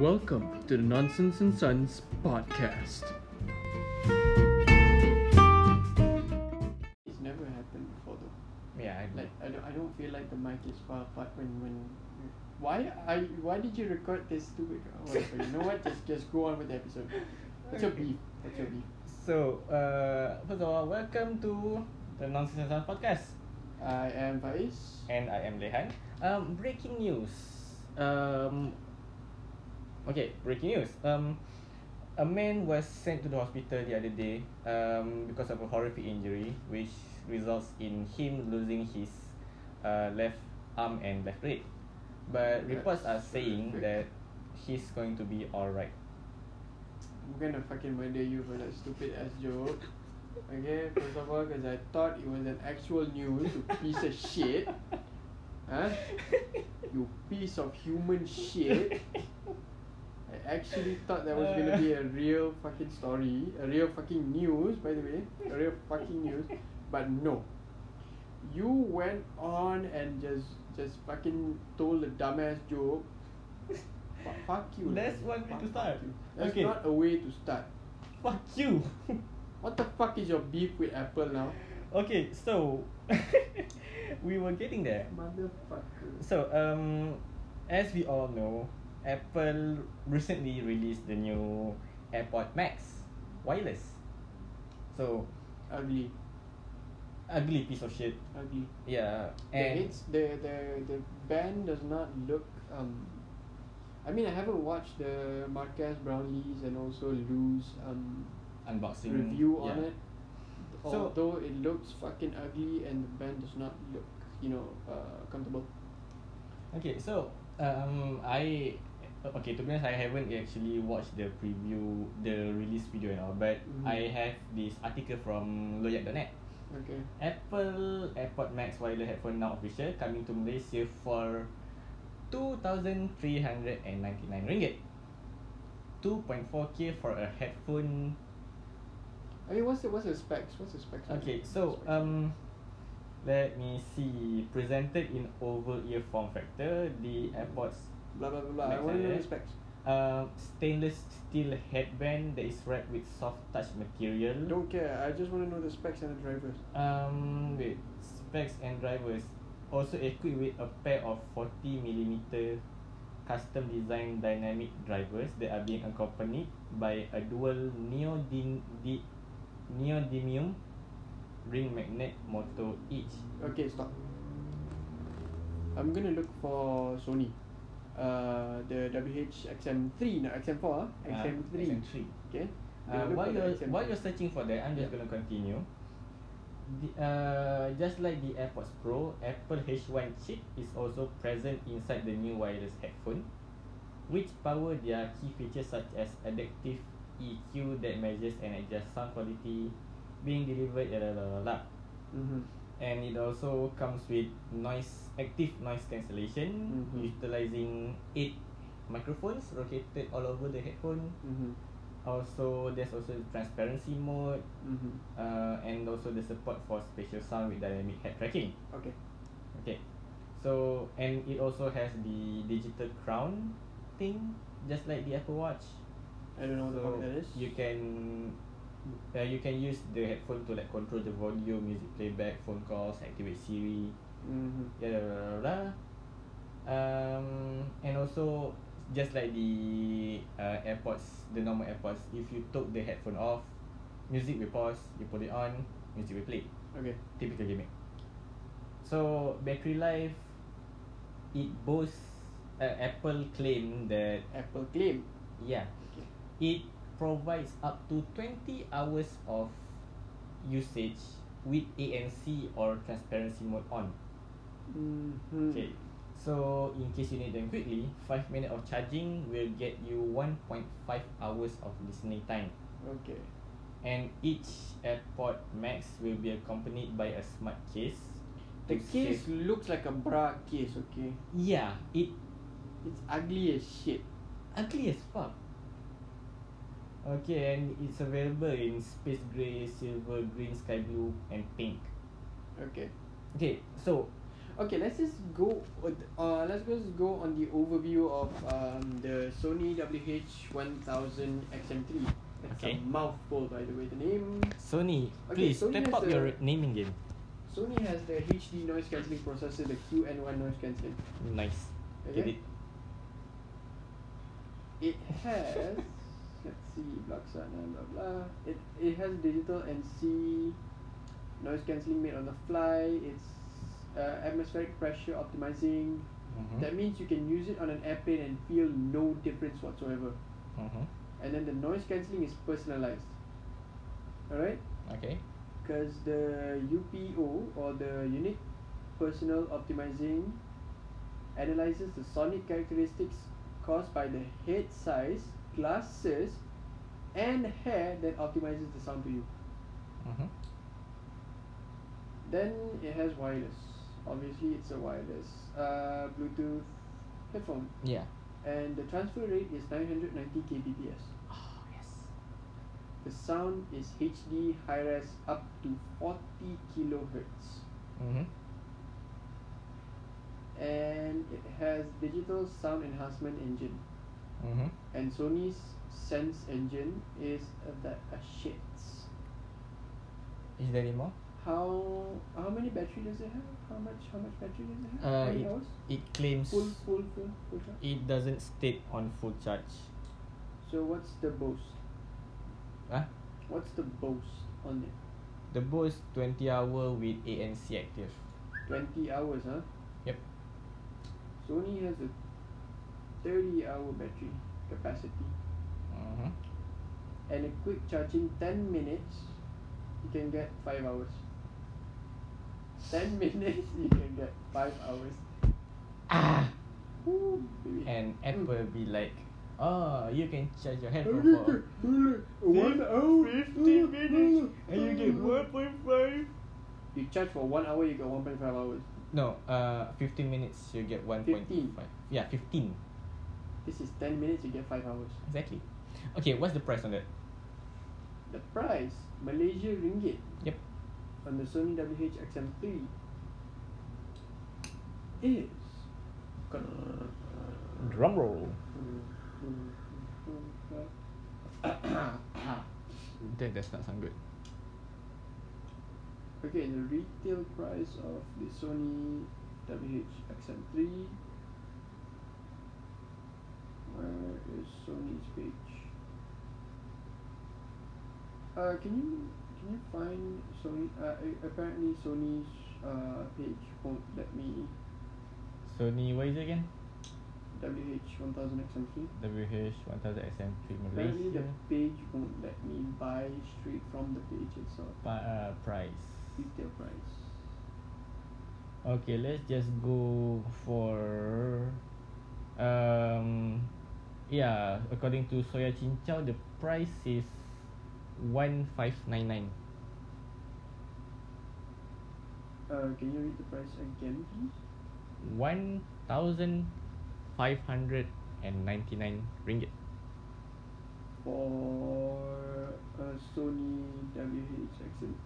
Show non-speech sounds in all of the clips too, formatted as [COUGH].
welcome to the Nonsense and Sons podcast. It's never happened before though. Yeah, I, Like I don't, I don't feel like the mic is far apart when when. Why I why did you record this stupid? Oh, whatever. you know what? Just just go on with the episode. What's your Okay. beef? What's your beef? so uh, first of all, welcome to the Nonsense and Sounds podcast, I am Faiz. and I am Lehan. Um, breaking news. Um, okay, breaking news. Um, a man was sent to the hospital the other day um, because of a horrific injury, which results in him losing his uh, left arm and left leg. But reports are That's saying horrific. that he's going to be alright. I'm gonna fucking murder you for that stupid ass joke. Okay, first of all, because I thought it was an actual news, you piece of [LAUGHS] shit. Huh? You piece of human shit. I actually thought that was gonna be a real fucking story, a real fucking news, by the way, a real fucking news. But no, you went on and just just fucking told a dumbass joke. Fu- Fuck you. That's man. one way to Fuck start. you. That's Okay. not a way to start. Fuck you. [LAUGHS] What the fuck is your beef with Apple now? okay, so [LAUGHS] we were getting there. Motherfucker. So um, as we all know, Apple recently released the new AirPod Max wireless. So Ugly. ugly piece of shit. Ugly. Yeah, the, and hits, the the the band does not look. Um, I mean, I haven't watched the Marquez Brownlees and also Lou's um, unboxing review on yeah. it. So- Although it looks fucking ugly and the band does not look, you know, uh, comfortable. Okay, so um, I okay to be honest, I haven't actually watched the preview, the release video and all, but Mhm. I have this article from Loyak.net. Okay. Apple AirPod Max wireless headphone now official coming to Malaysia for 2,399 ringgit. 2.4k for a headphone. I mean, what's the what's the specs? What's the specs? on it? Okay, so Specs. um let me see. Presented in oval ear form factor, the AirPods blah blah blah. blah. I next want to know the idea. specs. um stainless steel headband that is wrapped with soft touch material. Don't care. I just want to know the specs and the drivers. Um, wait, specs and drivers also equipped with a pair of 40 millimeter custom designed dynamic drivers that are being accompanied by a dual neodymium di- neodymium ring magnet motor each. Okay, stop. I'm gonna look for Sony. Uh, the WH-XM3, no XM4, Uh, ah, XM3. XM3. Okay. Uh, Gonna look while for the you're XM3. while you're searching for that, I'm just Yeah. gonna continue. The, uh, just like the AirPods Pro, Apple H1 chip is also present inside the new wireless headphone, which power their key features such as adaptive EQ that measures and adjusts sound quality, being delivered blah, blah, blah, blah, blah. Mhm. and it also comes with noise active noise cancellation, Mhm. utilizing eight microphones located all over the headphone. Mhm. Also, there's also transparency mode, Mhm. uh, and also the support for spatial sound with dynamic head tracking. Okay. Okay, so and it also has the digital crown thing, just like the Apple Watch. I don't know what the So fuck that is. you can, uh, you can use the headphone to like control the volume, music playback, phone calls, activate Siri, Mhm. blah blah blah. blah, blah. Um, and also just like the uh, AirPods, the normal AirPods, if you took the headphone off, music will pause. You put it on, music will play. Okay. Typical gimmick. So battery life, it boasts. Uh, Apple claim that Apple claim. yeah, Okay. it provides up to twenty hours of usage with ANC or transparency mode on. Mhm. Okay. So in case you need them quickly, 5 minutes of charging will get you 1.5 hours of listening time. Okay. And each AirPod Max will be accompanied by a smart case. The to case save- looks like a bra case. Okay. Yeah, it It's ugly as shit. ugly as fuck. Okay, and it's available in space grey, silver, green, sky blue, and pink. Okay. Okay, so Okay, let's just go. with- Uh, let's just go on the overview of um, the Sony WH-1000 XM3. That's Okay. a mouthful, by the way. The name Sony, Okay, please Sony step has up your a- naming game. Sony has the HD noise cancelling processor, the QN1 noise cancelling. Nice. Did Okay. it. It has. let's see, Blacksana, blah blah. It it has digital and C noise cancelling made on the fly. It's uh, atmospheric pressure optimizing. Mhm. That means you can use it on an airplane and feel no difference whatsoever. Mhm. And then the noise cancelling is personalized. Alright? Okay. Because the UPO or the Unique Personal Optimizing analyzes the sonic characteristics caused by the head size, glasses, and hair that optimizes the sound to you. Mhm. Then it has wireless. Obviously, it's a wireless uh, Bluetooth headphone. Yeah. And the transfer rate is 990 kbps. Oh yes. The sound is HD high res up to 40 kilohertz. Mhm. and it has digital sound enhancement engine Mhm. and sony's sense engine is that a shit Is there any more? how how many battery does it have how much how much battery does it have Uh, how many it, hours it claims full full full full charge? it doesn't state on full charge. so what's the boast Ah, what's the boast on it the Bose 20 hour with ANC active. 20 hours huh Yep. sony has a 30 hour battery capacity Mhm. and a quick charging 10 minutes you can get 5 hours 10 [LAUGHS] minutes you can get 5 hours Ah. Woo, baby. And Mm. Apple be like, oh, you can charge [LAUGHS] your headphone for One hour. [LAUGHS] point five. You charge for 1 hour, you get 1.5 hours. No, uh, fifteen minutes you get one point 15. five. Yeah, fifteen This is 10 minutes, you get 5 hours. exactly. Okay, what's the price on that? The price Malaysia ringgit Yep. on the Sony WH-XM3 is. Drum roll. That does not sound good. [COUGHS] Okay, the retail price of the Sony WH-XM3. Where is Sony's page? Uh, can you can you find Sony? Uh, a- apparently Sony's uh page won't let me Sony, what is it again? WH-1000XM3. WH 1000 SM3 Apparently the page won't let me buy straight from the page itself. uh, price. Retail price. Okay, let's just go for um yeah, according to Soya Cincau the price is 1599. Uh, can you read the price again, please? 1599 ringgit. For a Sony WH-XM3.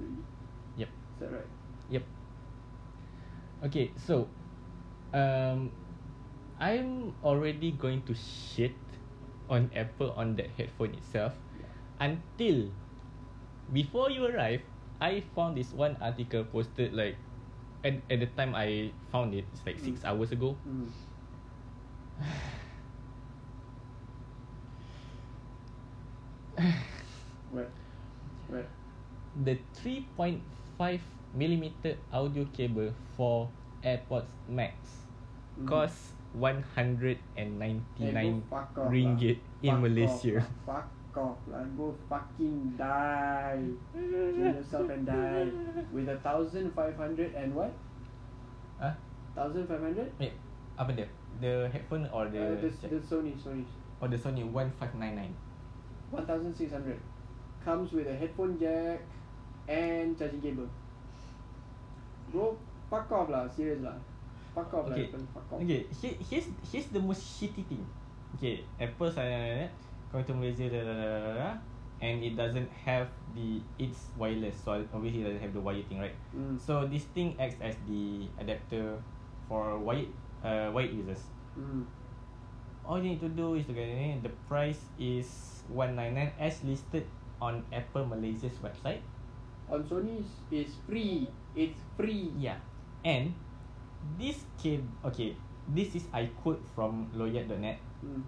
Yep. Is that right? Yep. Okay, so um I'm already going to shit on Apple on that headphone itself until before you arrive, I found this one article posted like at, at the time I found it, it's like six Mm. hours ago. [LAUGHS] Mm. Right. Right. the 3.5 millimeter audio cable for AirPods Max Mm. costs 199 Eh, go fuck off, lah. ringgit in Fuck Malaysia. Off, lah. fuck off, lah. Go fucking die. Kill yourself and die. With a thousand five hundred and what? Ah, Thousand five hundred? wait, apa dia? The headphone or Uh, the, The the Sony Sony. or the Sony 1599? One thousand six hundred. Comes with a headphone jack and charging cable. Bro, fuck off lah, serious lah. Fuck off Okay. lah, Apple, fuck off. Okay, here, here's here's the most shitty thing. Okay, Apple saya Coming to Malaysia dah dah dah dah dah and it doesn't have the it's wireless so obviously it doesn't have the wire thing right Mm. so this thing acts as the adapter for wired uh, wired users Mm. all you need to do is to get it the price is 199 as listed on Apple Malaysia's website On Sony is, is free. It's free. yeah and this kid okay this is I quote from lawyer.net Mm.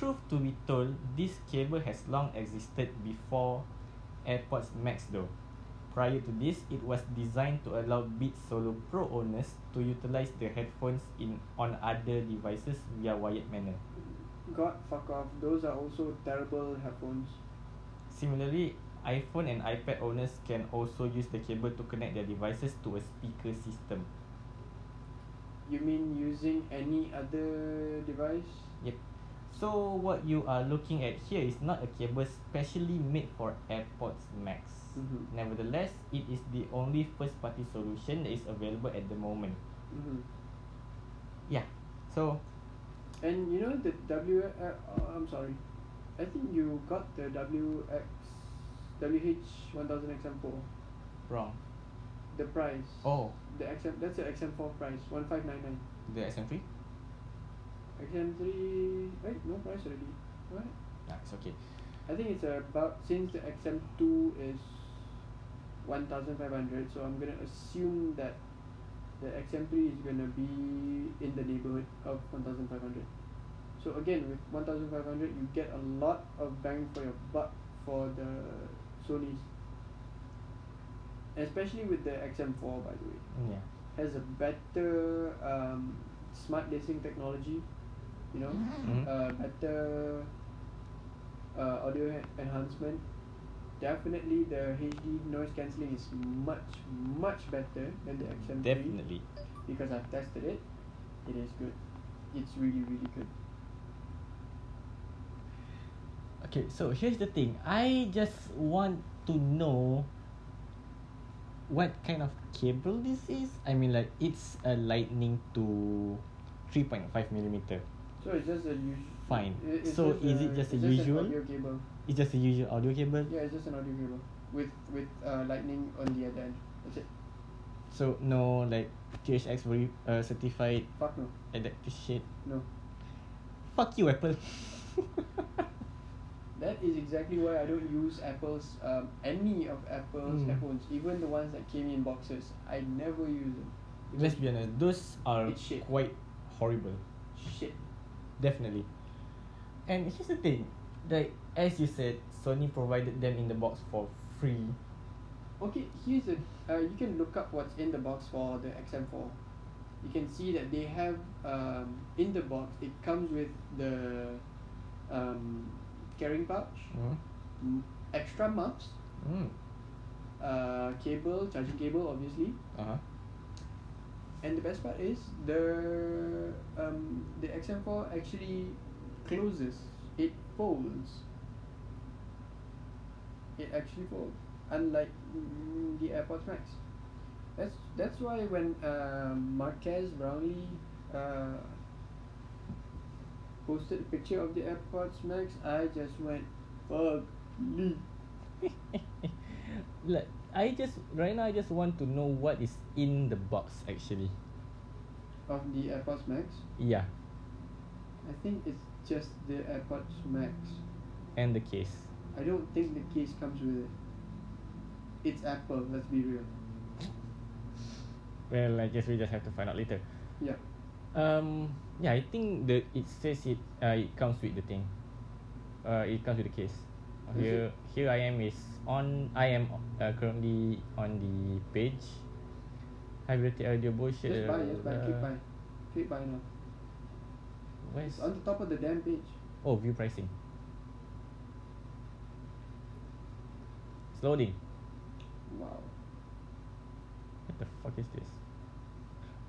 Truth to be told, this cable has long existed before AirPods Max though. Prior to this, it was designed to allow Beats Solo Pro owners to utilize the headphones in on other devices via wired manner. God fuck off. Those are also terrible headphones. Similarly, iPhone and iPad owners can also use the cable to connect their devices to a speaker system. You mean using any other device? Yep. So what you are looking at here is not a cable specially made for AirPods Max. Mhm. Nevertheless, it is the only first party solution that is available at the moment. Mm-hmm. Yeah. So And you know the W. Uh, uh, I'm sorry. I think you got the WX WH 1000XM4. wrong. The price. Oh, The XM. That's the XM4 price. One five nine nine. the SM3? XM3. Wait, eh, no price already. What? Nah, it's okay. I think it's about since the XM2 is 1500, so I'm gonna assume that the XM3 is gonna be in the neighborhood of 1500. So again, with 1500, you get a lot of bang for your buck for the Sony's, especially with the XM4 by the way Mm, Yeah. has a better um, smart listening technology, you know, Mhm. uh, better uh, audio en- enhancement. Definitely, the HD noise cancelling is much much better than the XM3 Definitely. because I've tested it. It is good. It's really really good. Okay, so here's the thing. I just want to know what kind of cable this is. I mean like it's a lightning to 3.5 millimeter. So it's just a usual. Fine. So is it just a usual? audio cable? It's just a usual audio cable. Yeah, it's just an audio cable with with uh, lightning on the other end. That's it. So no like THX very uh, certified Fuck no, adapter shit. no. Fuck you Apple. [LAUGHS] That is exactly why I don't use Apple's um, any of Apple's Mm. headphones, even the ones that came in boxes. I never use them. Let's be honest, those are It's shit. quite horrible. Shit. Definitely. And here's the thing, like as you said, Sony provided them in the box for free. Okay, here's a. Uh, you can look up what's in the box for the XM4. You can see that they have um, in the box. It comes with the um, carrying pouch, Mm. m- extra muffs, Hmm. Mm. uh, cable, charging cable, obviously. Uh-huh. And the best part is the um, the XM4 actually closes. It folds. It actually folds, unlike mm, the AirPods Max. That's that's why when um Marquez Brownlee uh, posted a picture of the AirPods Max, I just went, "Fuck me." [LAUGHS] like I just right now I just want to know what is in the box actually. Of the AirPods Max, Yeah. I think it's just the AirPods Max. And the case. I don't think the case comes with it. It's Apple, let's be real. Well I guess we just have to find out later. Yeah. Um, yeah, I think the it says it. Uh, it comes with the thing. Uh, it comes with the case. Is Here, here I am is on. I am uh, currently on the page. Hybrid audio bullshit. Just buy, just buy, uh, click buy. Click buy now. Where's It's on the top of the damn page. oh view pricing? It's loading. Wow. What the fuck is this?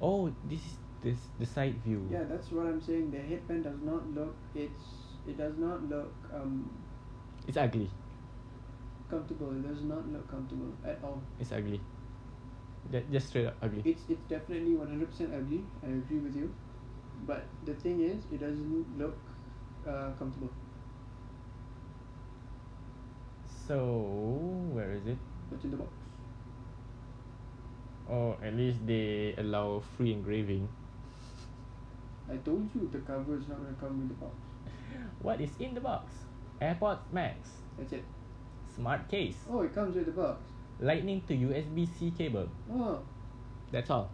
Oh, this is this the side view. Yeah, that's what I'm saying. The headband does not look it's it does not look um It's ugly. comfortable. It does not look comfortable at all. It's ugly. Ju- Just straight up ugly. It's it's definitely one hundred percent ugly, I agree with you. But the thing is it doesn't look uh, comfortable. So, where is it? What's in the box? Or Oh, at least they allow free engraving. I told you the cover is not gonna come with the box. What is in the box? AirPods Max, That's it. smart case, Oh, it comes with the box. lightning to USB-C cable. Oh. That's all.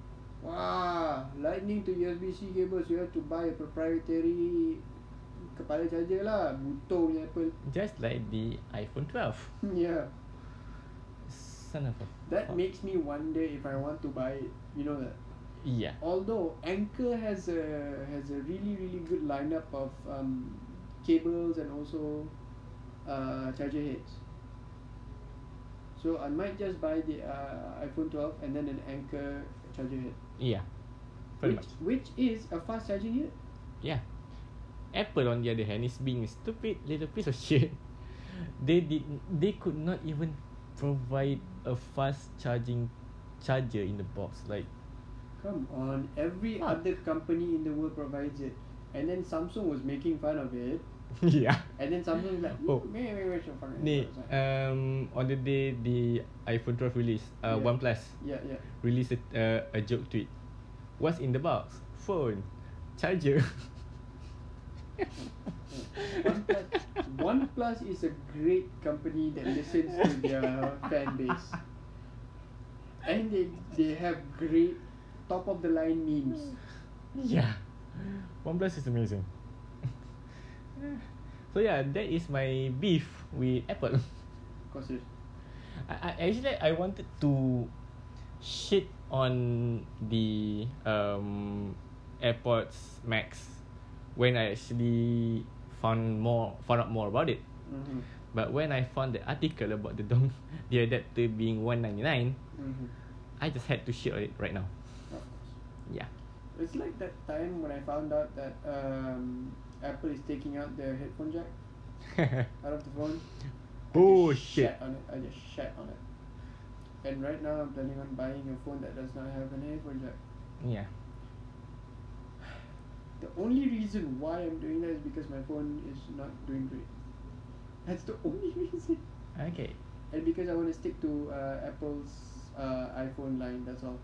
Wah, lightning to USB-C cables, you have to buy a proprietary kepala charger lah. Butuh punya Apple. [LAUGHS] Just like the iPhone 12. yeah. Son of a. That fuck. makes me wonder if I want to buy it. You know that. Yeah. Although Anchor has a has a really really good lineup of um, cables and also uh, charger heads. So I might just buy the uh, iPhone 12 and then an Anchor charger head, Yeah. which Pretty much. which is a fast charging head. Yeah. Apple on the other hand is being a stupid little piece of shit. [LAUGHS] They did they could not even provide a fast charging charger in the box. Like [LAUGHS] Come on, every Fuck. other company in the world provides it. And then Samsung was making fun of it. yeah. And then Samsung was like, oh, Oh. wait, wait, wait, fuck it." Ni It's like, um on the day the iPhone 12 release, uh Yeah. OnePlus yeah, yeah. released a, uh, a joke tweet. What's in the box? Phone, charger. [LAUGHS] OnePlus, OnePlus is a great company that listens to their fan base. And they, they have great top of the line memes. Yeah. OnePlus is amazing. [LAUGHS] so yeah, that is my beef with Apple. [LAUGHS] Cause it, I, I actually I wanted to shit on the um AirPods Max when I actually found more found out more about it. hmm But when I found the article about the dong [LAUGHS] the adapter being one ninety nine, hmm I just had to shit on it right now. Of course. Yeah. [LAUGHS] It's like that time when I found out that um, Apple is taking out their headphone jack out of the phone. I just Bullshit. shat on it. I just shat on it. And right now I'm planning on buying a phone that does not have an headphone jack. Yeah. The only reason why I'm doing that is because my phone is not doing great. That's the only [LAUGHS] reason. Okay. And because I want to stick to uh, Apple's uh, iPhone line. That's all.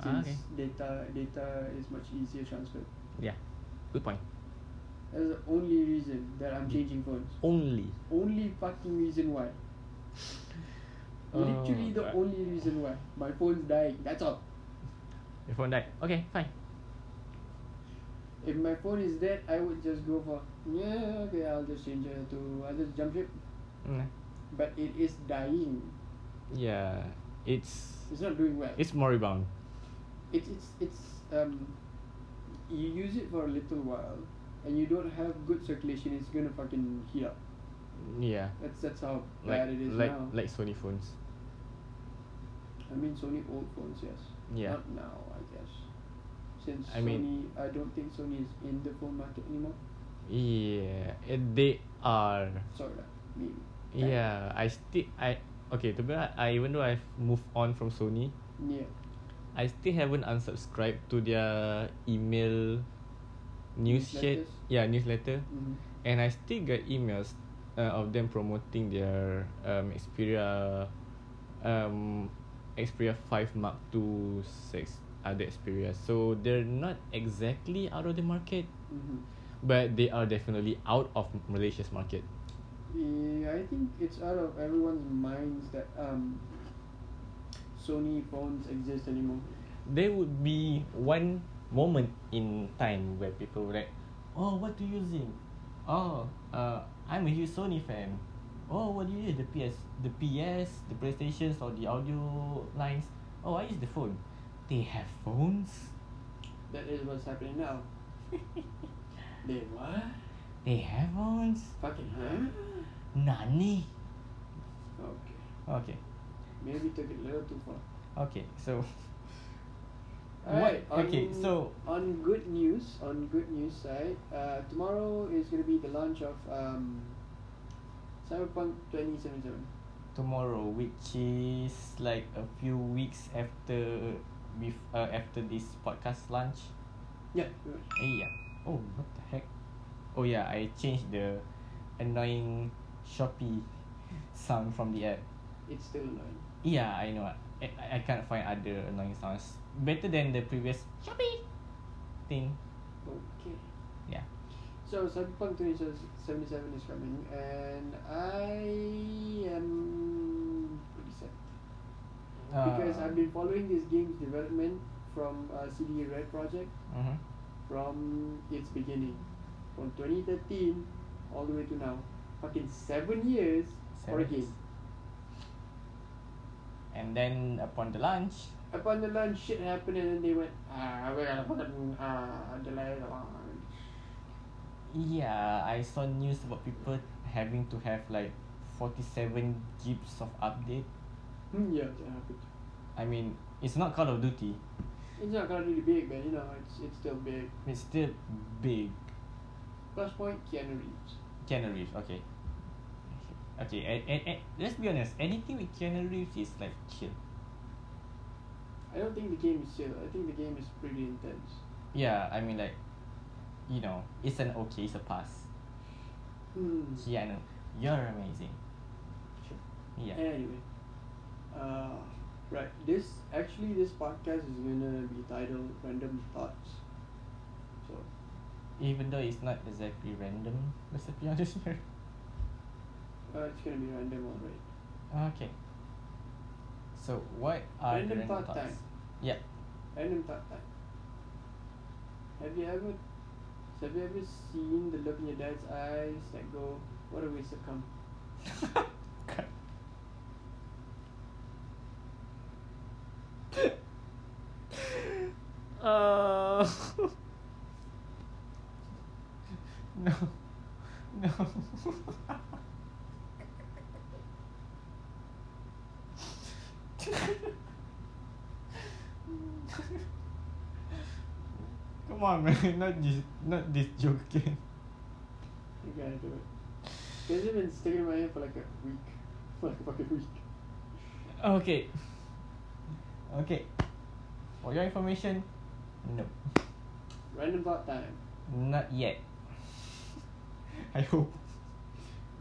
Ah, Since okay. data data is much easier transfer. Yeah. Good point. That's the only reason that Mm. I'm changing phones. Only. Only fucking reason why. Literally Oh, the God. only reason why my phone's dying. That's all. Your phone died. Okay, fine. If my phone is dead, I would just go for yeah. Okay, I'll just change it to I'll just jump ship. Mm. But it is dying. Yeah. It's It's not doing well. it's moribund. it's it's it's um you use it for a little while and you don't have good circulation it's gonna fucking heat up Yeah. that's that's how Like bad it is like now like Sony phones. i mean sony old phones yes Yeah. not now i guess since I sony mean- i don't think sony is in the phone market anymore Yeah. eh, they are. sorry that maybe Yeah. I still I okay. To be honest, I even though I've moved on from Sony, yeah I still haven't unsubscribed to their email news shit. Newsletters? Yeah, newsletter. mm-hmm. And I still get emails uh, of them promoting their um, Xperia um, Xperia 5 Mark II 6 other Xperia. So they're not exactly out of the market, Mm-hmm. but they are definitely out of Malaysia's market. Yeah, I think it's out of everyone's minds that um, Sony phones exist anymore. There would be one moment in time where people were like, "Oh, what are you using? Oh, uh, I'm a huge Sony fan. Oh, what do you use? The PS, the PS, the PlayStations, or the audio lines? Oh, I use the phone. They have phones. [LAUGHS] That is what's happening now. they what? They have phones. Fucking huh? Nani? Okay. Okay, Maybe took it a little too far. okay. So, [LAUGHS] Alright, What? Okay, on- so- on good news, on good news side, uh, tomorrow is gonna be the launch of um, Cyberpunk 2077. tomorrow, which is like a few weeks after, bef- uh, after this podcast launch. Yeah. you're right. Yeah. Oh, ya, what the heck? Oh yeah, I changed the annoying Shopee sound from the app. It's still annoying. Yeah, I know. I, I can't find other annoying sounds. Better than the previous Shopee thing. Okay. Yeah. So Cyberpunk 2077 is coming and I am pretty sad. because Uh. I've been following this game's development from uh, CD Red Project Mm-hmm. from its beginning, from 2013 all the way to now. Fucking seven years for a Seven game. years. And then upon the launch, Upon the launch, shit happened, and then they went, ah, we're gonna fucking ah, delay the launch. yeah, I saw news about people having to have like 47 gigs of update. Hmm, yeah, that happened. I mean, it's not Call of Duty. It's not gonna really big, but you know, it's it's still big. It's still big. Plus point, Keanu Reeves. Keanu Reeves, okay. Okay, and, and, and let's be honest, anything with Keanu Reeves is like chill. I don't think the game is chill. I think the game is pretty intense. Yeah, I mean like, you know, it's an okay, it's a pass. Hmm. Keanu, you're amazing. Sure. Yeah. Anyway, uh, right. This actually, this podcast is gonna be titled "Random Thoughts." So, Even though it's not exactly random, [LAUGHS] let's be honest here. uh, it's gonna be random, alright. Okay. So what are Random the Ah, random thought thoughts? [LAUGHS] time. [LAUGHS] Yeah. Random thought time. Have you ever, have you ever seen the look in your dad's eyes that go, "What a waste of cum." uh, no, no. [LAUGHS] Come on, man! [LAUGHS] Not this, not this joke again. You gotta do it. This has been sticking in my head for like a week, [LAUGHS] for like a fucking week. Okay. Okay. For your information, no. Random thought time. Not yet. [LAUGHS] I hope.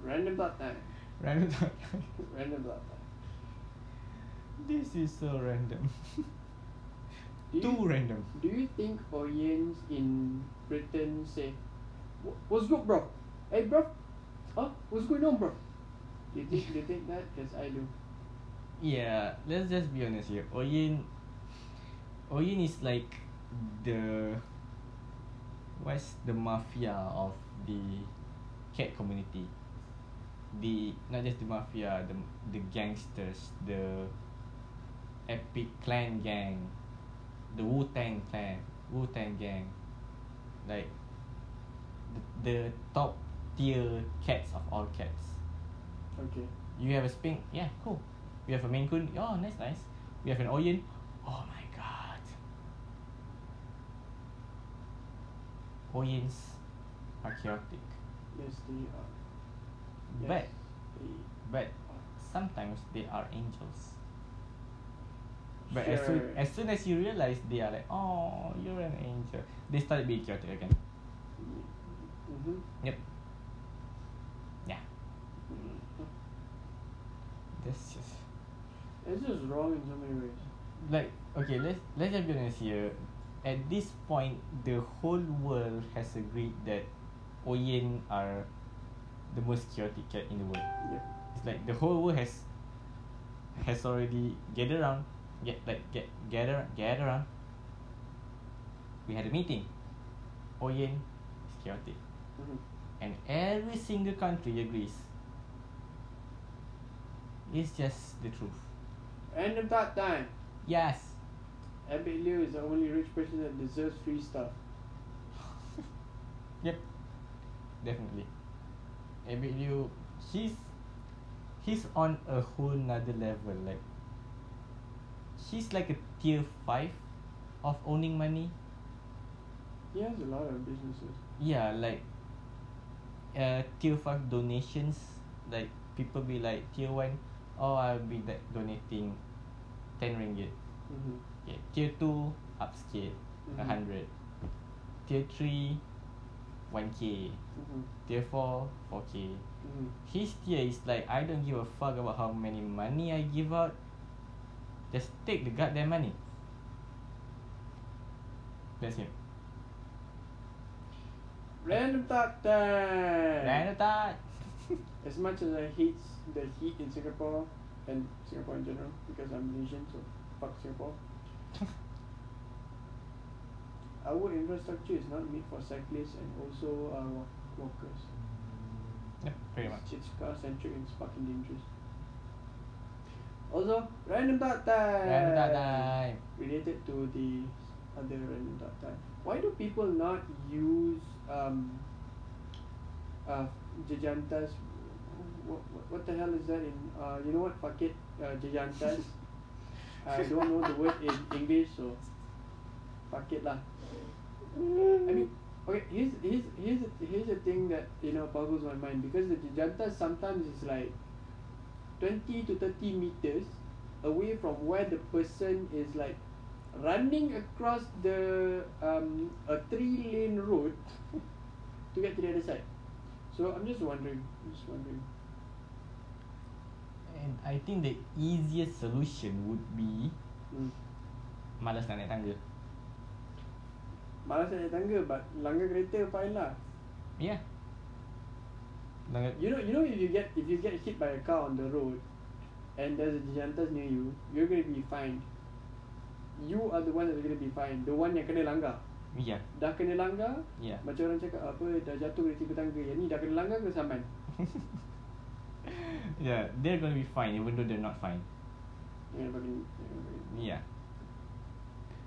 Random thought time. Random. thought. [LAUGHS] Random thought time. this is so random. Do you- Too random. Do you think Orients in Britain say, "Wha- "What's good, bro? Hey, bro, huh? What's going on, bro?" Do you think they think that? Cause I do. Yeah, let's just be honest here. Oyin Oyin is like the what's the mafia of the cat community. The not just the mafia, the the gangsters, the epic clan gang, the Wu Tang clan, Wu Tang gang. Like the, the top tier cats of all cats. Okay. You have a spink, yeah, cool. We have a Maine Coon, oh, nice, nice. We have an Oyen, oh my god. Oyens are chaotic, Yes, they are. Yes, but they but are. sometimes they are angels. But as soon Sure. as soon as you realize they are like, oh, you're an angel, they start being chaotic again. Mhm. Yep. Yeah, Mm-hmm. that's just It's just wrong in so many ways. like okay let's let's just be honest here at this point the whole world has agreed that oyen are the most chaotic cat in the world Yeah. it's like the whole world has has already gathered around get like get gather gather around we had a meeting oyen is chaotic Mhm. and every single country agrees it's just the truth Random thought time. yes Abby Liu is the only rich person that deserves free stuff. [LAUGHS] Yep. Definitely. Abby Liu, he's he's on a whole nother level. Like he's like a tier five of owning money. He has a lot of businesses. Yeah, like uh tier five donations. Like people be like tier one, oh I'll be like donating ten ringgit. Mhm. Okay. Tier two upscale, Mhm. a hundred. Tier three 1k, Mhm. tier 4, 4k. Mhm. His tier is like, I don't give a fuck about how many money I give out. Just take the goddamn money. That's him. Random thought time. Random [LAUGHS] thought. As much as I hate the heat in Singapore and Singapore in general, because I'm Malaysian, so fuck Singapore. Our infrastructure is not made for cyclists and also uh, walk- walkers. yeah, pretty much. It's, it's car centric and it's fucking dangerous. Also, random dot time. Random thought time. Related to the other random dot time. Why do people not use um uh jajantas? What, what, what the hell is that in uh you know what? Fuck it, uh, jajantas. I don't know the word in English, so fuck it lah. I mean, okay, here's here's here's the, here's the thing that you know boggles my mind because the Jajanta sometimes is like twenty to thirty meters away from where the person is like running across the um, a three lane road to get to the other side. So I'm just wondering, just wondering. And I think the easiest solution would be Hmm. malas nak naik tangga. Malas nak naik tangga but langgar kereta fine lah. Yeah. Langgar, You know, you know, if you get if you get hit by a car on the road, and there's a gigantas near you, you're gonna be fined. You are the one that's gonna be fined. The one yang kena langgar. yeah. Dah kena langgar, Yeah. macam orang cakap apa, dah jatuh dari tiga tangga. Yang ni dah kena langgar ke saman? yeah, they're gonna be fine even though they're not fine. Jangan bagi, jangan bagi. Yeah.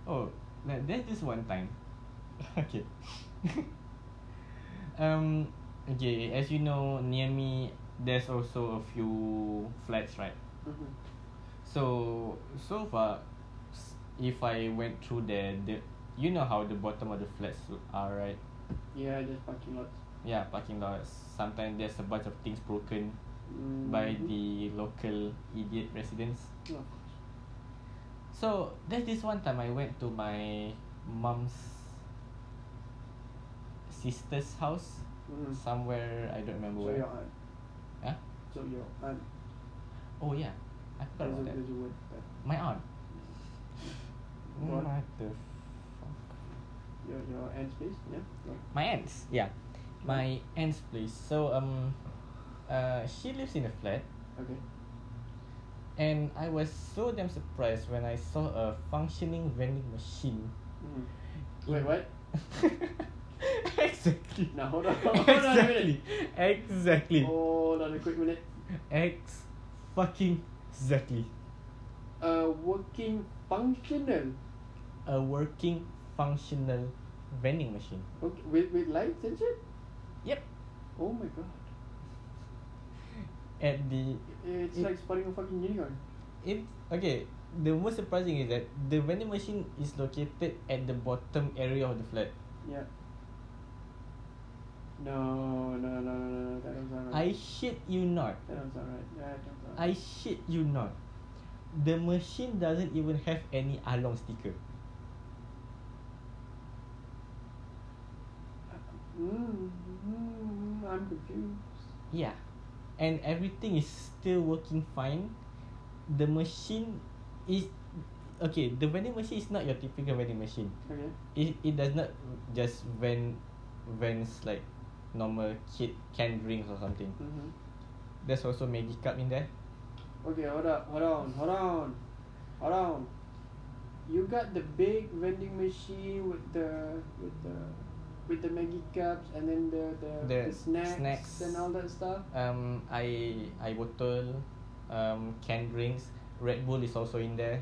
ah. Oh, like there's this one time. [LAUGHS] okay. [LAUGHS] um. Okay, as you know, near me there's also a few flats, right? Mhm. So so far, s- if I went through there, the you know how the bottom of the flats are, right? Yeah, just parking lots. Yeah, parking lots. Sometimes there's a bunch of things broken Mm. by the local idiot residents. Oh, of course. So there's this one time I went to my mom's sister's house Mhm. somewhere I don't remember So where. your aunt. Huh? So your aunt. Oh yeah, I forgot There's a, about that. there's a word. but My aunt. Mm, Go on. What the fuck? Your your aunt's place. Yeah. No. My aunt's, yeah, my aunt's place. So um, uh, she lives in a flat, Okay. and I was so damn surprised when I saw a functioning vending machine. Mhm. in- Wait, what? [LAUGHS] exactly. Now, hold on, hold on a exactly. Exactly. Hold on Oh, a quick minute. Ex fucking exactly. a working functional A working functional vending machine. okay, with with lights and shit. Yep. Oh my god, At the it's It- like spotting a fucking unicorn. it okay. The most surprising is that the vending machine is located at the bottom area of the flat. Yeah. No, no, no, no, no, no, that was I alright. shit you not. That was alright. That was alright. I shit you not. The machine doesn't even have any Along sticker. Mm, mm, I'm confused. Yeah. And everything is still working fine. The machine is okay, the vending machine is not your typical vending machine. Okay. It it does not just vend vends like normal kid canned drinks or something. Mm-hmm. There's also Maggie cup in there. Okay, hold up, hold on, hold on, hold on. You got the big vending machine with the with the with the Maggie cups and then the the, The snacks, snacks. and all that stuff. Um I I bottle um canned drinks. Red Bull is also in there.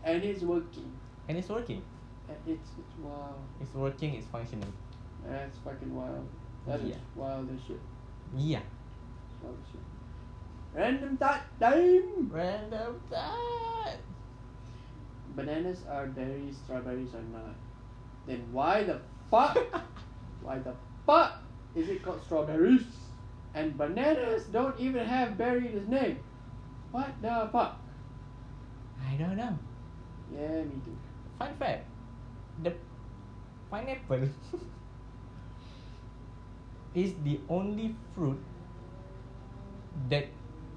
And it's working. And it's working. And It's, it's wow. It's working, it's functioning. That's fucking wild. That is Yeah. wild as shit. Yeah. Wild as shit. Random thought time. Random [LAUGHS] thought. Bananas are berries, strawberries are not. Then why the fuck? [LAUGHS] why the fuck is it called strawberries? And bananas don't even have berry in its name. What the fuck? I don't know. Yeah, me too. Fun fact The pineapple [LAUGHS] is the only fruit that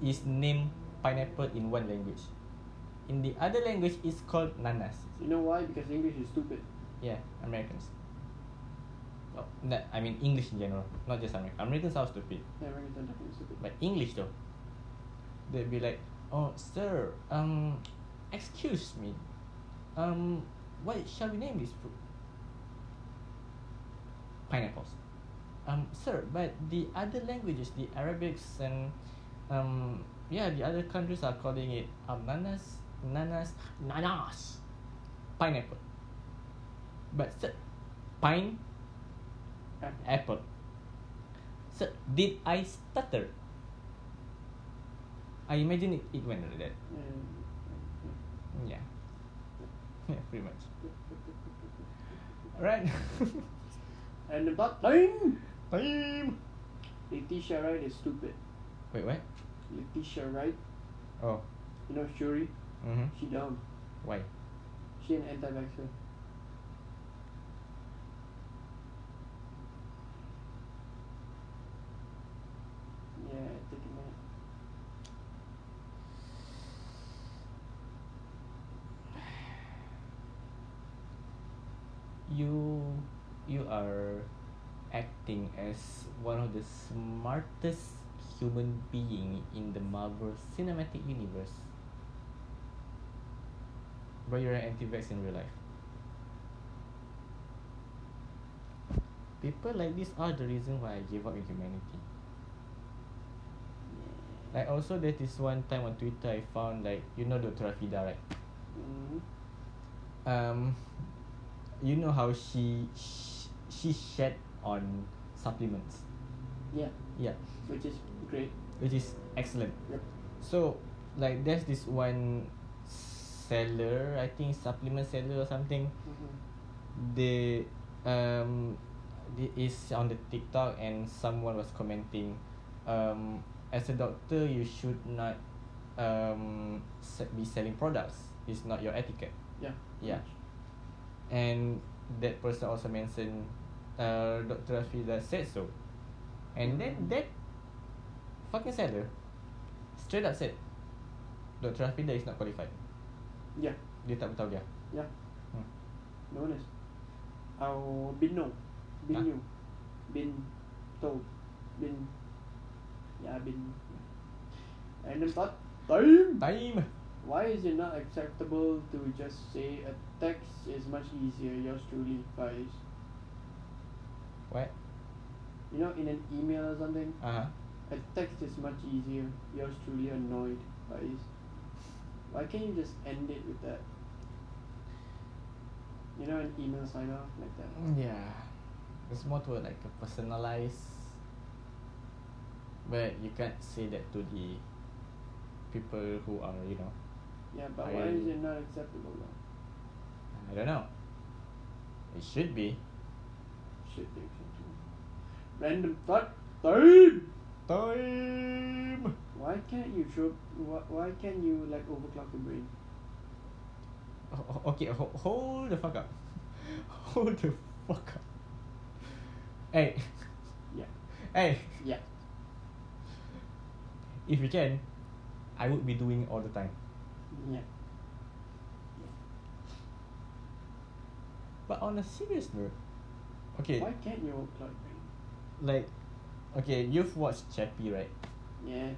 is named pineapple in one language. In the other language, it's called nanas. You know why? Because English is stupid. Yeah, Americans. Oh, no, I mean English in general, not just Americans. Americans are stupid, Yeah, Americans are definitely stupid. but English though, they'd be like, "Oh, sir, um, excuse me, um, what shall we name this fruit?" Pineapples. Um, sir, but the other languages, the Arabics and um, yeah, the other countries are calling it um, nanas, nanas, nanas, pineapple. But sir, pine apple. So did I stutter? I imagine it, it went like that. Yeah. Yeah. [LAUGHS] Yeah, pretty much. Alright. [LAUGHS] And about time, Time. Letitia Wright is stupid. Wait, what? Letitia Wright, Oh. you know Shuri, Mm-hmm. she dumb. Why? She an anti-vaxxer. Yeah, take a minute. You you are acting as one of the smartest human being in the Marvel Cinematic Universe. But you're an anti-vax in real life. People like this are the reason why I gave up in humanity. Like also there is one time on Twitter I found like you know Dr. Afida right? Mm-hmm. um, you know how she sh- she shed on supplements. Yeah, Yeah, which is great. which is excellent. Yep. So like there's this one seller, I think supplement seller or something. Mm-hmm. They um it is on the TikTok and someone was commenting um as a doctor you should not um se- be selling products. It's not your etiquette. Yeah. Yeah. And that person also mentioned uh, Dr. Afiza said so. And then that fucking seller straight up said Dr. Afiza is not qualified. Yeah. Dia tak bertahu dia. Yeah. Hmm. Known as our Bino. Binu. Bin to. Bin Yeah, bin And about time Time. Why is it not acceptable to just say a text is much easier, yours truly guys? What? You know in an email or something? Uh-huh. A text is much easier, yours truly annoyed guys. Why can't you just end it with that? You know an email sign off like that. Yeah. It's more to like a personalized but you can't say that to the people who are, you know, Yeah, but I- why is it not acceptable though? I don't know. It should be. Shit, dude. Random thought. Time. Time. Why can't you throw? Why, why can't you like overclock your brain? Ho- Oh, Okay, ho- hold the fuck up. [LAUGHS] Hold the fuck up. Hey, [LAUGHS] Yeah. hey, Yeah. if you can, I would be doing all the time. Yeah. But on a serious note, okay, Why can't you overclock your brain? like, okay, you've watched Chappie, right? Yeah.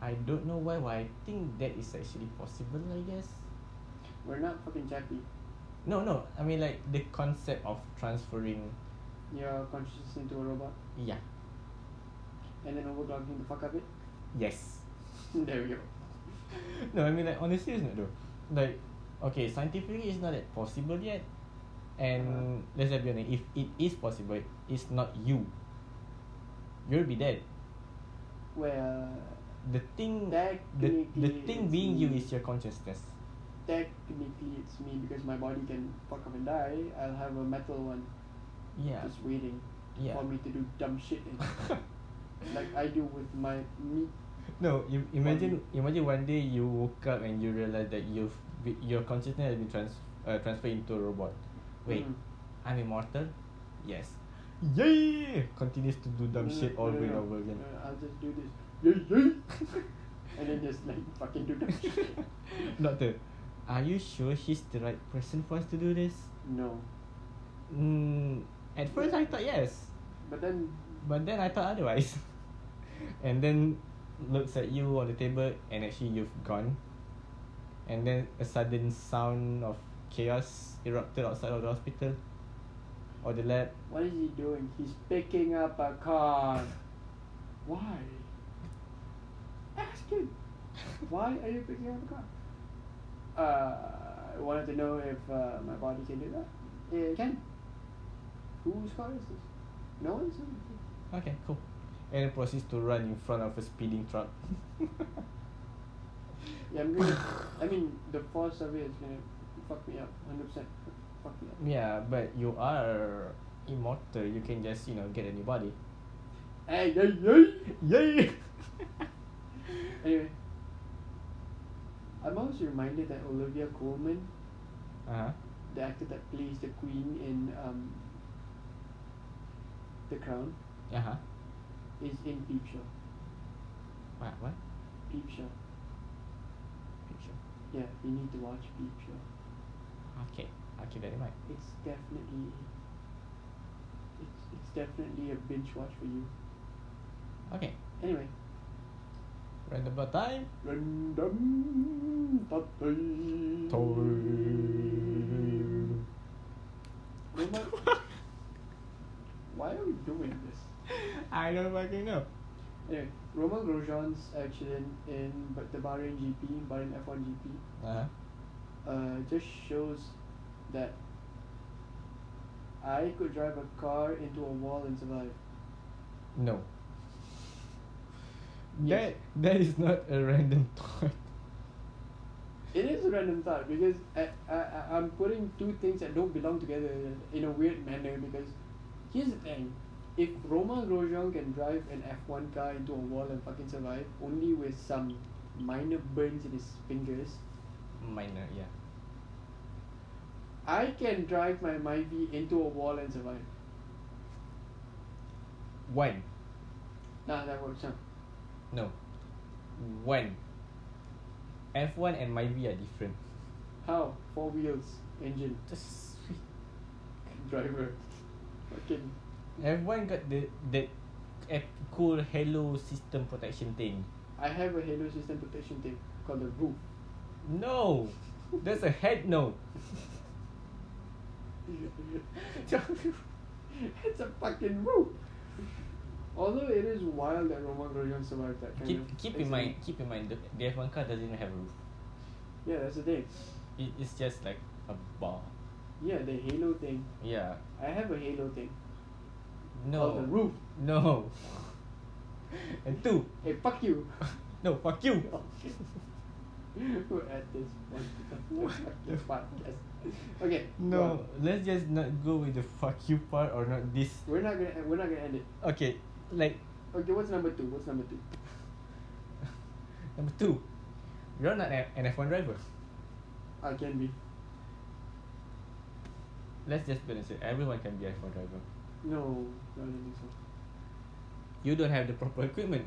I don't know why, but I think that is actually possible, I guess. We're not fucking Chappie. No, no, I mean, like, the concept of transferring, Your consciousness into a robot yeah, and then overclocking the fuck up it. [LAUGHS] yes. there we go. [LAUGHS] no, I mean like on a serious note though, like okay, scientifically it's not that possible yet, and Uh-huh. let's be honest, if it is possible, it's not you. You'll be dead. Well, The thing, the, the Technically, thing it's being you me. is your consciousness. technically it's me because my body can fuck up and die. I'll have a metal one Yeah, just waiting yeah. [LAUGHS] for me to do dumb shit in. like I do with my meat. no, you, imagine imagine one day you woke up and you realize that you've be, your consciousness has been trans, uh, transferred into a robot. Wait, Mm. I'm immortal. Yes, Yay! Continues to do dumb No, no, shit all no, the way no. over again. No, no, I'll just do this. Yay, yay. [LAUGHS] and then [LAUGHS] just like fucking do dumb shit. Doctor, are you sure she's the right person for us to do this? No. Mm, at first I thought yes, But then but then I thought otherwise. [LAUGHS] and then looks at you on the table and actually you've gone. And then a sudden sound of chaos erupted outside of the hospital or the lab. what is he doing? He's picking up a [LAUGHS] car. Why? Ask him. Why are you picking up a car? Uh, I wanted to know if uh, my body can do that. It can. Whose car is this? No one's. Okay, cool. And proceeds to run in front of a speeding truck. [LAUGHS] Yeah, I'm gonna. I mean, the force of it is gonna fuck me up, hundred percent. Fuck me up. [LAUGHS] yeah, but you are immortal. You can just, you know, get a [LAUGHS] new body. Hey, hey, hey! Yay! Anyway, I'm always reminded that Olivia Colman, [LAUGHS] uh-huh. the actor that plays the Queen in um, The Crown, Uh-huh. is in Peep Show. What? What? Peep Show. Picture. Yeah, you need to watch Peep Show. Okay, I'll keep that in mind. It's definitely. It's, it's definitely a binge watch for you. Okay, Anyway, random about time. random thought time. What am I- Why are we doing this? [LAUGHS] I don't fucking know. Anyway, Romain Grosjean's accident in Ba- the Bahrain GP, Bahrain F1 GP, Uh-huh. uh, just shows that I could drive a car into a wall and survive. No. Yes. That that is not a random [LAUGHS] thought. It is a random thought because I, I, I, I'm putting two things that don't belong together in a weird manner because here's the thing. If Romain Grosjean can drive an F1 car into a wall and fucking survive only with some minor burns in his fingers, Minor, yeah. I can drive my Myvi into a wall and survive. When? Nah, that works, huh? No. When? F one and my V are different. How? Four wheels, engine, [LAUGHS] Just driver. Fucking. F one got the that ep- cool halo system protection thing. I have a halo system protection thing called the roof. No, that's a head [LAUGHS] no. [LAUGHS] it's a fucking roof. Although it is wild that Roman Grosjean survived that kind keep of keep in accident. mind keep in mind the, the F one car doesn't even have a roof. Yeah, that's the thing. It, it's just like a bar. Yeah, the halo thing. Yeah. I have a halo thing. No. Called the roof. No. [LAUGHS] and two. Hey, fuck you. No, fuck you. Okay. We're at this point. What the- Fucking podcast. Okay. No, go on. let's just not go with the fuck you part or not this. We're not gonna. We're not gonna end it. Okay, like Okay, what's number two? What's number two? number two, you're not a- an F one driver. I can be. Let's just balance it. Everyone can be F one driver. No, no, I don't think so. You don't have the proper equipment.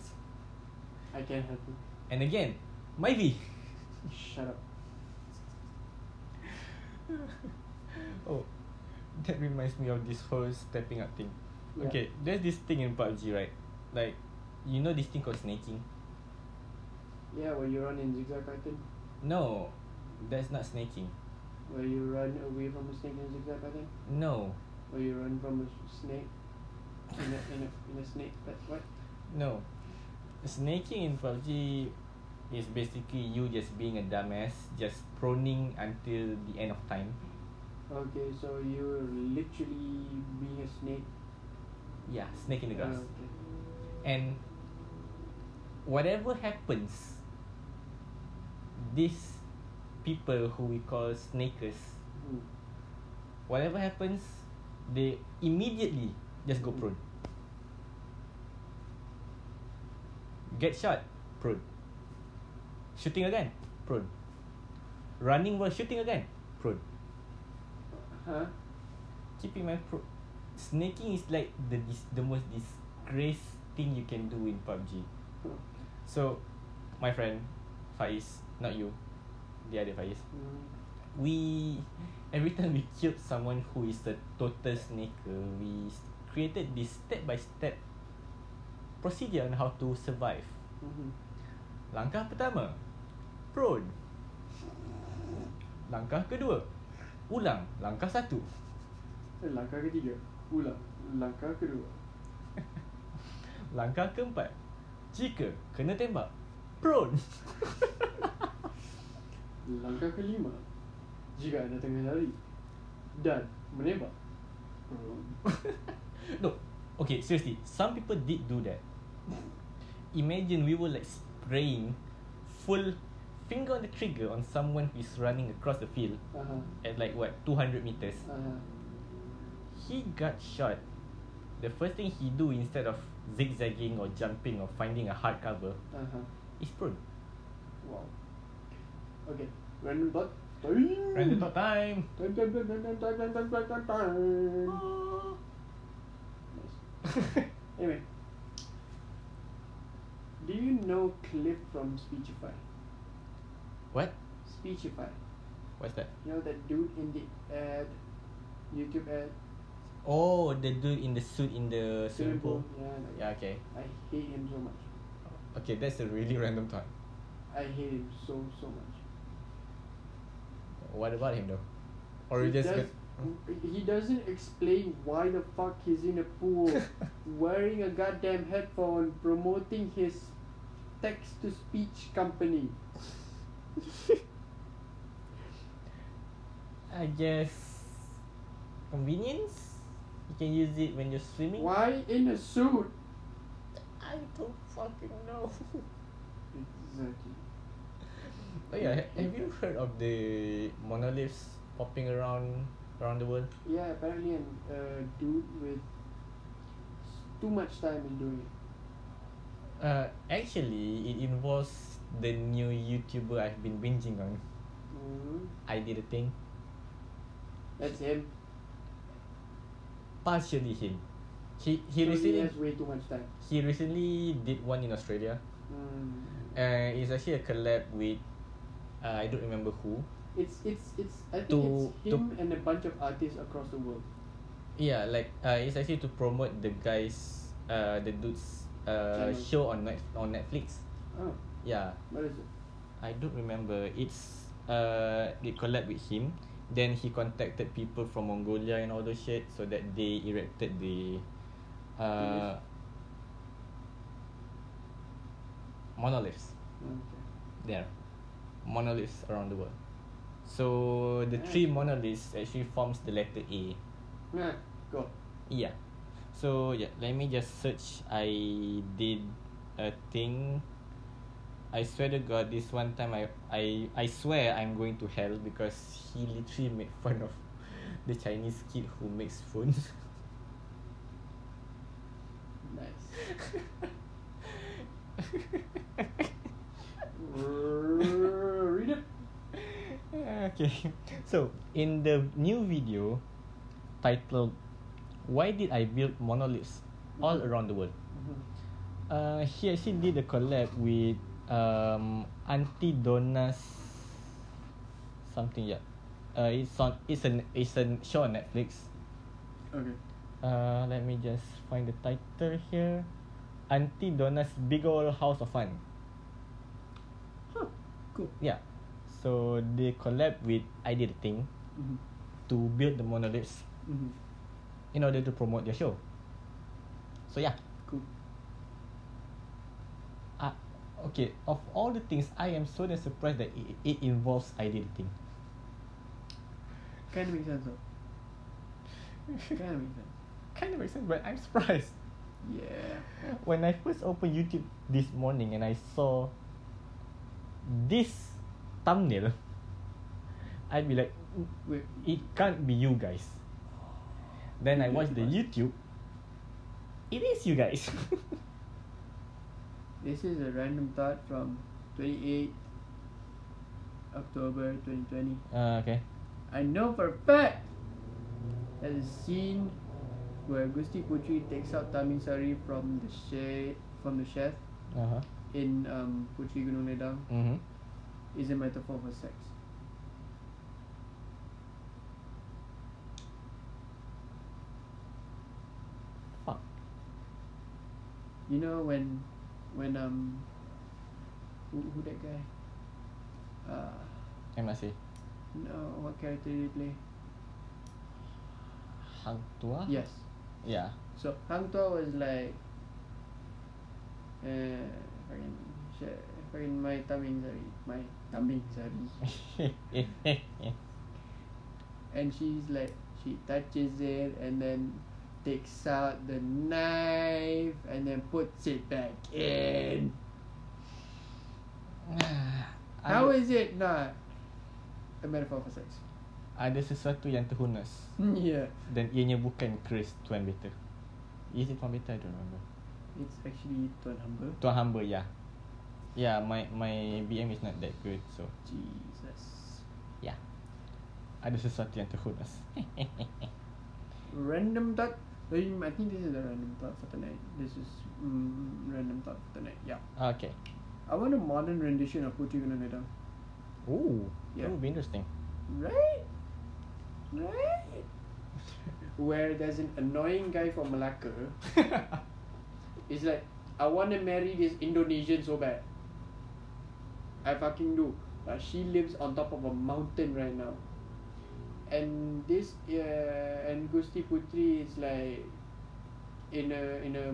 I can't help you. And again, my V. [LAUGHS] Shut up. oh, that reminds me of this whole stepping up thing. Yeah. Okay, there's this thing in PUBG, right? Like, you know this thing called snaking? Yeah, where you run in zigzag pattern, No, that's not snaking. where you run away from a snake in zigzag pattern, No, where you run from a s- snake in a in a, in a snake. But what? no. Snaking in PUBG is basically you just being a dumbass, just proning until the end of time. Okay, so you're literally being a snake. Yeah, snake in the grass. Uh, okay. And whatever happens, these people who we call snakers, Hmm. whatever happens, they immediately just go prone. Get shot, prone. Shooting again, prone. Running while shooting again, prone. Huh? Keeping my pro- Snaking is like the dis- the most disgrace thing you can do in PUBG. So, my friend, Faiz, not you, the other Faiz. Mm. We every time we killed someone who is a total snaker, we s- created this step by step procedure on how to survive. Mhm. Langkah pertama, prone. Langkah kedua, ulang langkah satu. [LAUGHS] Eh, Langkah ketiga Ulang Langkah kedua Langkah keempat, jika kena tembak, prone. [LAUGHS] Langkah kelima Jika anda tengah lari Dan menembak no, okay, seriously, some people did do that. Imagine we were like spraying full finger on the trigger on someone who is running across the field Aha at like what 200 meters. Aha He got shot. The first thing he do instead of zigzagging or jumping or finding a hard cover Aha is prone. Wow Okay Random dot Time Random thought [LAUGHS] time. Time time time time time time time time time time time Nice. Anyway Do you know clip from Speechify? what? Speechify What's that? You know that dude in the ad YouTube ad Oh, the dude in the suit in the swimming pool. Yeah, like, Yeah, okay. I hate him so much Okay, that's a really [LAUGHS] random thought. I hate him so so much. What about him though? Or you he just does, he doesn't explain why the fuck he's in a [LAUGHS] pool, wearing a goddamn headphone, promoting his text to speech company. [LAUGHS] I guess convenience. You can use it when you're swimming. Why in a suit? I don't fucking know. Exactly. [LAUGHS] oh yeah, ha- have you heard of the monoliths popping around around the world? Yeah, apparently an uh, dude with too much time is doing it. Uh, actually, it involves the new YouTuber I've been binging on. Mhm. I did a thing. That's him. Partially him. He So he he recently has way too much time. he recently did one in Australia. Mm. Uh, it's actually a collab with uh, I don't remember who. It's it's it's. I think To- it's him and a bunch of artists across the world. Yeah, like uh, it's actually to promote the guys, uh, the dudes, uh, Channel. show on net on Netflix. Oh, Yeah, what is it? I don't remember. It's uh, they collab with him. Then he contacted people from Mongolia and all those shit, so that they erected the, uh, monoliths Okay. there, monoliths around the world. So the three monoliths actually forms the letter A. E, Yeah, go. Yeah. So yeah, let me just search. I did a thing. I swear to God, this one time I I I swear I'm going to hell because he literally made fun of [LAUGHS] the Chinese kid who makes phones. [LAUGHS] Nice. Read it. okay. So in the new video titled "Why Did I Build Monoliths All Around the World." Uh, he actually did a collab with um Auntie Donas something yeah. Uh, it's on it's an it's an show on Netflix. [LAUGHS] Okay. Uh, let me just find the title here. Auntie Dona's Big Old House of Fun. Huh. Cool. Yeah. So they collab with I Did a Thing Mm-hmm. to build the monoliths Mm-hmm. in order to promote their show. So yeah. Cool. Uh, okay, of all the things, I am so damn surprised that it, it involves I did a thing. [LAUGHS] Kind of makes sense though. kind of makes sense. kind of makes sense, but I'm surprised. Yeah. When I first opened YouTube this morning and I saw this thumbnail, [LAUGHS] I'd be like, Wait. it can't be you guys. Then I watched the YouTube. It is you guys. [LAUGHS] This is a random thought from 28 October 2020. uh, okay. I know for a fact that a scene where Gusti Putri takes out Tamisari from the chef from the chef Uh huh. in um, Putri Gunung Ledang Mm-hmm. is a metaphor for sex. Fuck. You know when, when um, who, who that guy? Uh, M Nasir. no, what character did he play? Hang Tua. Yes. [LAUGHS] Yeah. So Hang Tuah was like, uh, fucking, shit, fucking my Taming Sari, my Taming Sari. and she's like she touches it and then takes out the knife and then puts it back in. How is it not a metaphor for sex? Ada sesuatu yang terhunus yeah, dan ianya bukan Chris Tuan Beta. Is it Tuan Beta? I don't remember. it's actually Tuan Humber. Tuan hamba ya. Yeah, my my BM is not that good so Jesus. yeah. Ada sesuatu yang terhunus. Random thought. Um, I think this is a random thought for tonight. This is mm, random thought for tonight. Yeah. [LAUGHS] okay. I want a modern rendition of Putri Gunaneda. Ooh, Yeah. that would be [LAUGHS] interesting. Right? Right? Where there's an annoying guy from Malacca. He's like, I want to marry this Indonesian so bad. I fucking do. But she lives on top of a mountain right now. And this, uh, and Gusti Putri is like in a in a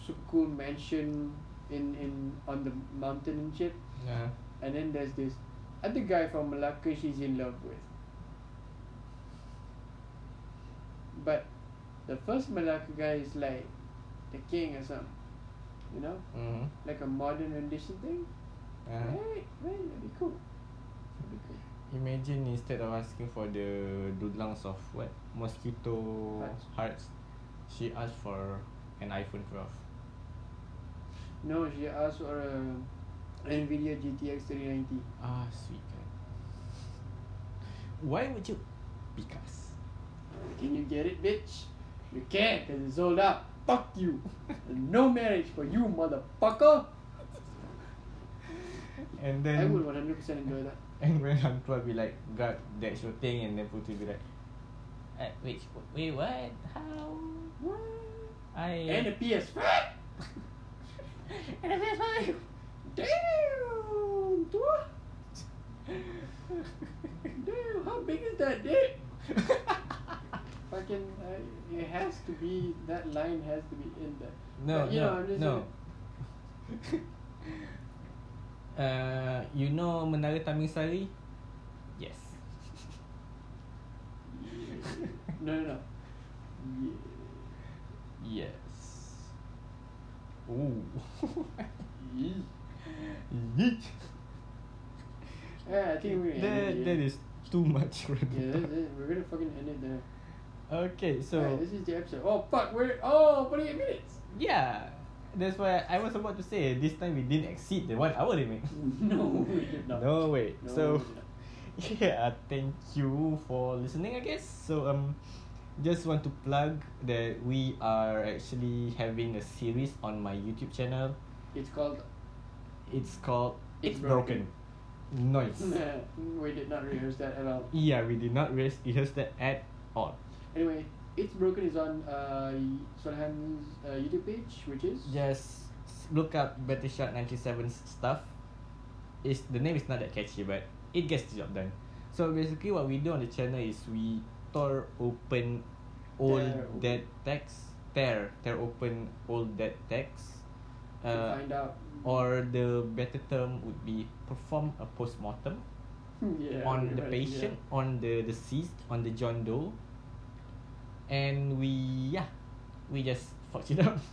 super cool mansion in in on the mountain and shit. Yeah. And then there's this other guy from Malacca she's in love with. But the first Malacca guy is like the king or something. You know? Mm-hmm. Like a modern rendition thing. Uh, Right, right, that'd be cool. That'd be cool. imagine instead of asking for the doodlangs of what mosquito Hearts. hearts, she asked for an iPhone 12. No, she asked for a Nvidia GTX 390. Ah, sweet guy. Why would you? Because. Can you get it, bitch? You can't, because it's sold out. Fuck you. no marriage for you, motherfucker. And then I will 100% enjoy that. And [LAUGHS] when Hang Tuah be like, God, that's your thing. And then Putri be like, uh, which, wait, what? How? What? I... And a PS5. [LAUGHS] and a PS5! Damn, dude. Damn, how big is that dick? Fucking, uh, it has to be, that line has to be in there. [LAUGHS] no, But, you no, know, I'm just no. [LAUGHS] uh, you know Menara Taming Sari? Yes. No, no, no. Yeah. yes. Ooh. [LAUGHS] Yee. Yeet. Yeah, I think we're gonna that, end it that here. is too much. [LAUGHS] Yeah, that's it. We're gonna fucking end it there. Okay, so... Alright, this is the episode. Oh, fuck, we're, oh, 48 minutes. [LAUGHS] Yeah, that's why I was about to say this time we didn't exceed the one hour limit. No, we did not. No way. No, so, we did not. [LAUGHS] yeah, thank you for listening. I guess so. Um, just want to plug that we are actually having a series on my YouTube channel. It's called, [LAUGHS] It's called It's It's, Broken. Noise. [LAUGHS] we did not rehearse that at all. yeah, we did not rehearse rehearse that at all. Anyway, It's Broken is on uh, Solhan's uh, YouTube page, which is? Just look up Better Shot 97 stuff. Is the name is not that catchy, but it gets the job done. So basically, what we do on the channel is we tore open old Tear open. dead text, tear tear open old dead text, To find out. Uh, or the better term would be perform a postmortem yeah, on the right, patient, on the deceased, on the John Doe, and we yeah, we just fucked it up. [LAUGHS]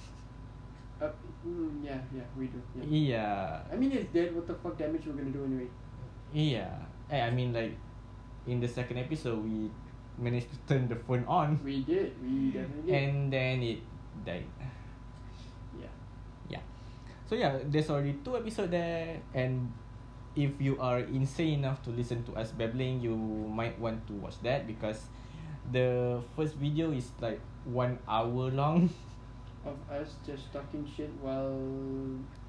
Yeah. Up- mm, yeah, yeah, we do. Yeah. yeah. I mean, it's dead. What the fuck damage we're gonna do [LAUGHS] anyway? Yeah. Eh, I mean like in the second episode we managed to turn the phone on We did. We definitely did. and then it died. yeah. Yeah. So yeah, there's already two episodes there and if you are insane enough to listen to us babbling you might want to watch that because The first video is like one hour long. [LAUGHS] of us just talking shit while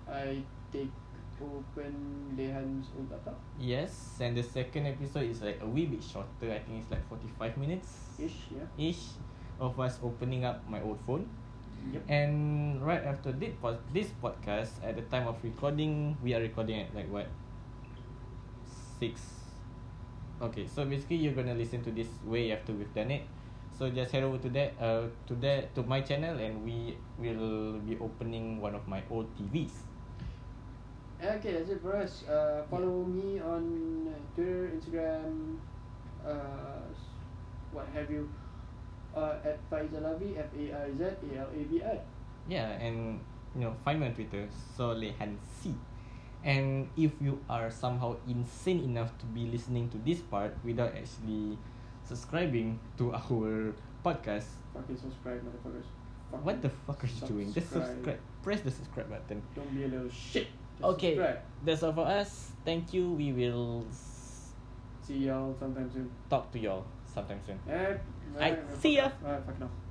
I take open Lehan's old laptop yes, and the second episode is like a wee bit shorter. I think it's like forty five minutes ish, yeah. ish of us opening up my old phone. Yep. And right after this pod- this podcast, at the time of recording, we are recording at like what six. Okay, so basically you're gonna listen to this way after we've done it. So just head over to that uh to that to my channel and we will be opening one of my old TVs. Okay, that's it for us. Uh, follow me on Twitter, Instagram, uh, what have you, uh, at Faizalabi, F A I Z A L A B I. Yeah, and you know find me on Twitter, Solehan C. And if you are somehow insane enough to be listening to this part without actually subscribing to [LAUGHS] our podcast, Fucking subscribe, motherfuckers. Fucking what the fuck are you doing? Just subscribe. Press the subscribe button. Don't be a little shit. Just Okay, Subscribe. that's all for us. Thank you. We will s- See y'all sometime soon. talk to y'all sometime soon. Eh, Aight, see ya. Alright, fuck now.